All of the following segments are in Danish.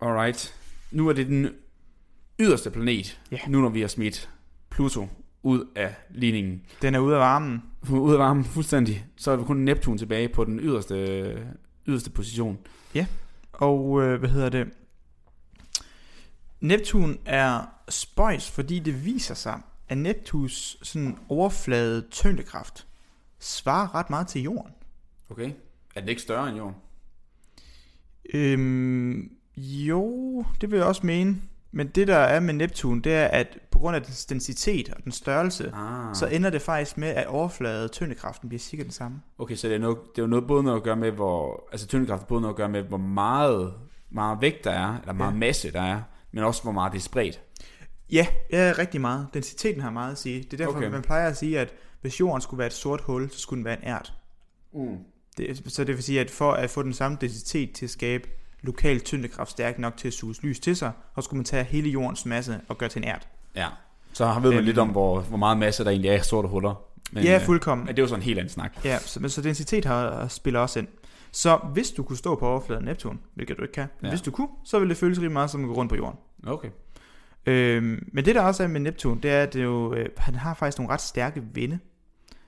Alright. Nu er det den yderste planet, Ja. nu når vi har smidt Pluto ud af ligningen. Den er ude af varmen. Ud af varmen fuldstændig. Så er vi kun Neptun tilbage på den yderste, yderste position. Og øh, hvad hedder det? Neptun er spøjs, fordi det viser sig, at Neptuns sådan overflade tyngdekraft svarer ret meget til Jorden. Okay. Er den ikke større end jorden? Øhm, jo, det vil jeg også mene. Men det der er med Neptun, det er, at på grund af dens densitet og den størrelse, Ah. så ender det faktisk med, at overflade og tyngdekraften bliver cirka den samme. Okay, så det er, noget, det er jo noget, både noget at gøre med, hvor, altså tyngdekraft er både noget at gøre med, hvor meget, meget vægt der er, eller meget Ja. ja. masse der er, men også hvor meget det er spredt. Ja, ja, rigtig meget. Densiteten har meget at sige. Det er derfor, okay. Okay. man plejer at sige, at hvis jorden skulle være et sort hul, så skulle den være en ært. Mm. Det, så det vil sige, at for at få den samme densitet til at skabe lokal tyngdekraft stærk nok til at suge lys til sig, så skulle man tage hele jordens masse og gøre til en ært. Ja. Så har ved man Øhm. lidt om, hvor, hvor meget masse der egentlig er i sorte huller. Men, ja, øh, fuldkommen. Men det er jo sådan en helt anden snak. Ja, så, men, så densitet har, spiller også ind. Så hvis du kunne stå på overfladen af Neptun, hvilket du ikke kan, men Ja. hvis du kunne, så ville det føles rimelig meget som at gå rundt på jorden. Okay. Øhm, men det der også er med Neptun, det er, at det jo, øh, han har faktisk nogle ret stærke vinde,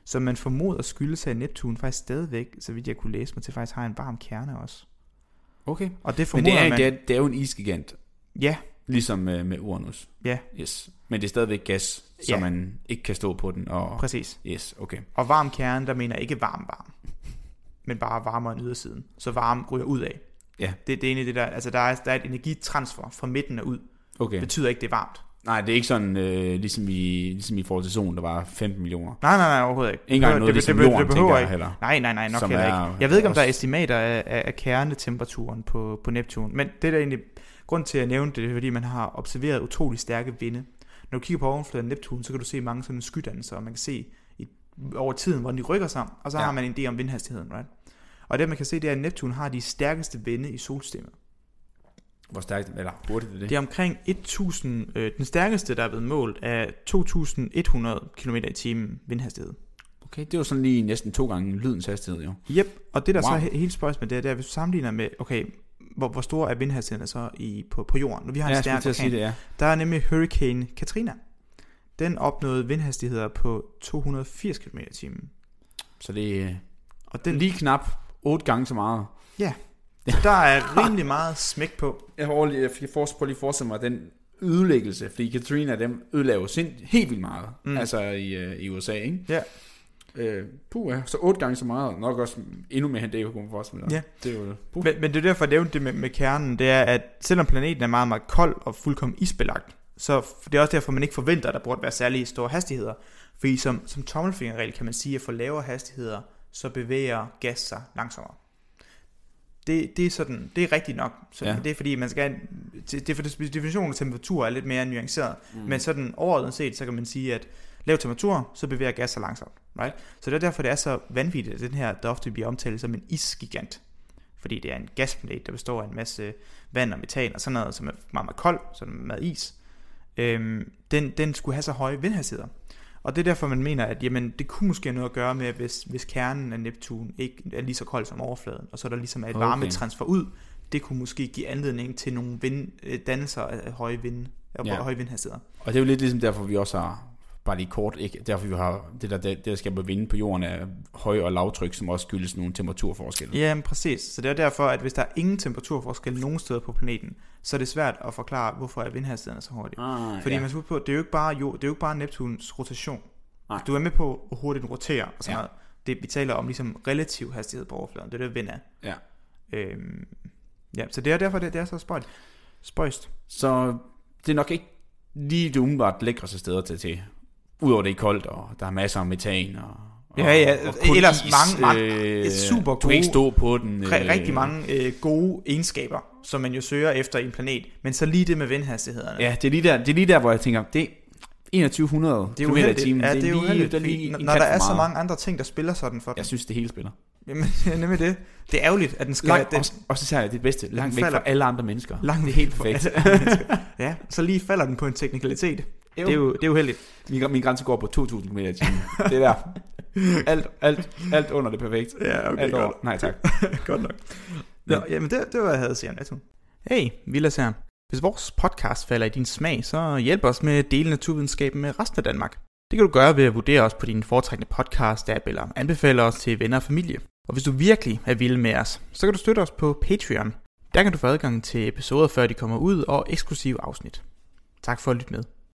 som man formoder skyldes af at Neptun faktisk stadigvæk, så vidt jeg kunne læse mig til, faktisk har en varm kerne også. Okay. Og det Men formoder det er, man... det, er, det er jo en isgigant, Ja, ligesom øh, med Uranus. Ja. Yes. Men det er stadigvæk gas, så Ja. ja. man ikke kan stå på den. Og, præcis. yes, okay. Og varm kerne, der mener jeg ikke varm varm, men bare varmere end ydersiden. Så varme ryger ud af. Ja. Det, det er egentlig det der, altså der er, der er et energitransfer fra midten og ud. okay. Det betyder ikke, det er varmt. Nej, det er ikke sådan, øh, ligesom, i, ligesom i forhold til solen, der var 15 millioner. Nej, nej, nej, overhovedet ikke. Ikke engang noget, det, det, ligesom det, det, jorden, det tænker behøver jeg ikke. heller. Nej, nej, nej, nok Som heller er- ikke. Jeg ved ikke, om der er også- estimater af, af, af kernetemperaturen på, på Neptun, men det er der egentlig grund til at nævne det, det er, fordi man har observeret utrolig stærke vinde. Når du kigger på overfladen af Neptun, så kan du se mange sådan skydannelser, og man kan se i, over tiden, hvordan de rykker sammen, og så ja. Ja. har man en idé om vindhastigheden, right? Og det man kan se, det er, at Neptun har de stærkeste vinde i solsystemet. Hvor stærkt, eller hurtigt er det? Det er omkring 1000, øh, den stærkeste, der er blevet målt, er 2100 km i timen vindhastighed. Okay, det er jo sådan lige næsten to gange lydens hastighed, jo. Yep, og det der wow. så Wow. er he- hele spørgsmålet, det er, det er, at hvis du sammenligner med, okay, hvor, hvor stor er vindhastighederne så i, på, på jorden? Nu vi har en jeg skulle stærk til at sige orkan. det, ja. Der er nemlig Hurricane Katrina. Den opnåede vindhastigheder på 280 km i timen. Så det er Og den... den, lige knap otte gange så meget. så der er rimelig meget smæk på. Jeg har lige, jeg fik- for- prøver lige at forestille mig den ødelæggelse, fordi Katrina, dem ødelagde jo sind helt vildt meget, Mm. mm. altså i, øh, i USA, ikke? Ja. Øh, puh, ja. Så otte gange så meget, nok også endnu mere end det, jeg kunne forestille mig. Ja. Det er jo, puh. Men, men det er derfor, jeg nævnte det med, med kernen, det er, at selvom planeten er meget, meget kold og fuldkommen isbelagt, så f- det er også derfor, man ikke forventer, at der burde være særlig store hastigheder. Fordi som, som tommelfingerregel kan man sige, at for lavere hastigheder, så bevæger gas sig langsommere. Det, det er sådan, det er rigtigt nok. Så ja. Ja. Det er fordi, man skal, det, det er for definitionen af temperatur er lidt mere nuanceret. Mm. Men sådan overordnet set, så kan man sige, at lav temperatur, så bevæger gas sig langsomt. Right? Så det er derfor, det er så vanvittigt, at den her, der ofte bliver omtalt som en isgigant. Fordi det er en gasplanet, der består af en masse vand og metan og sådan noget, som er meget, meget kold, som er meget is. Øhm, den, den skulle have så høje vindhastigheder. Og det er derfor, man mener, at jamen, det kunne måske have noget at gøre med, hvis, hvis kernen af Neptun ikke er lige så kold som overfladen, og så der ligesom er et Okay. varmetransfer ud, det kunne måske give anledning til nogle vind, øh, dannelser af høje, vind, af Ja. høje vindhastigheder. Og det er jo lidt ligesom derfor, vi også har, bare lige kort, ikke? derfor vi har det, der, det, der skaber vinde på jorden, er høj- og lavtryk, som også skyldes nogle temperaturforskelle. Ja, men præcis. Så det er derfor, at hvis der er ingen temperaturforskel nogen steder på planeten, så er det svært at forklare, hvorfor er vindhastighederne så hurtige. Ah, Fordi ja. man skal huske på, det er jo ikke bare, jo, det er jo ikke bare Neptuns rotation. Nej. Du er med på, hvor hurtigt den roterer og sådan ja. Ja. noget. Det, vi taler om ligesom relativ hastighed på overfladen. Det er det, vind er. Ja. Øhm, ja, så det er derfor, det, det er så spøjt. spøjst. Så det er nok ikke lige det umiddelbart lækreste sted at tage til. Udover det er koldt, og der er masser af metan, og, og Ja, ja, og kun ellers mange- mange- øh, super Du kan ikke stå på den. Re- rigtig mange øh, gode egenskaber, som man jo søger efter i en planet. Men så lige det med vindhastighederne. Ja, det er, lige der, det er lige der, hvor jeg tænker, det er 2100 Det er kilometer i uheldigt. timen. Ja, det er, lige, uheldigt, der er fordi lige når, en når kat der for er så meget. mange andre ting, der spiller sådan for Jeg den. synes, det hele spiller. Jamen, ja, nemlig det. Det er ærgerligt, at den skal... Langt, den, også, også især det er det bedste. Langt væk falder- fra alle andre mennesker. langt det er helt perfekt. ja, så lige falder den på en teknikalitet. Det er jo, det er uheldigt. Min, min grænse går på 2000 km i timen. Det er der. Alt, alt, alt under det er perfekt. Ja, alt over. Nej, tak. godt nok. Nå, jamen det, det var, hvad jeg havde at sige om Neptun. Hey, Villas her. Hvis vores podcast falder i din smag, så hjælp os med at dele naturvidenskaben med resten af Danmark. Det kan du gøre ved at vurdere os på din foretrækkende podcast-app eller anbefale os til venner og familie. Og hvis du virkelig er vild med os, så kan du støtte os på Patreon. Der kan du få adgang til episoder, før de kommer ud, og eksklusive afsnit. Tak for at lytte med.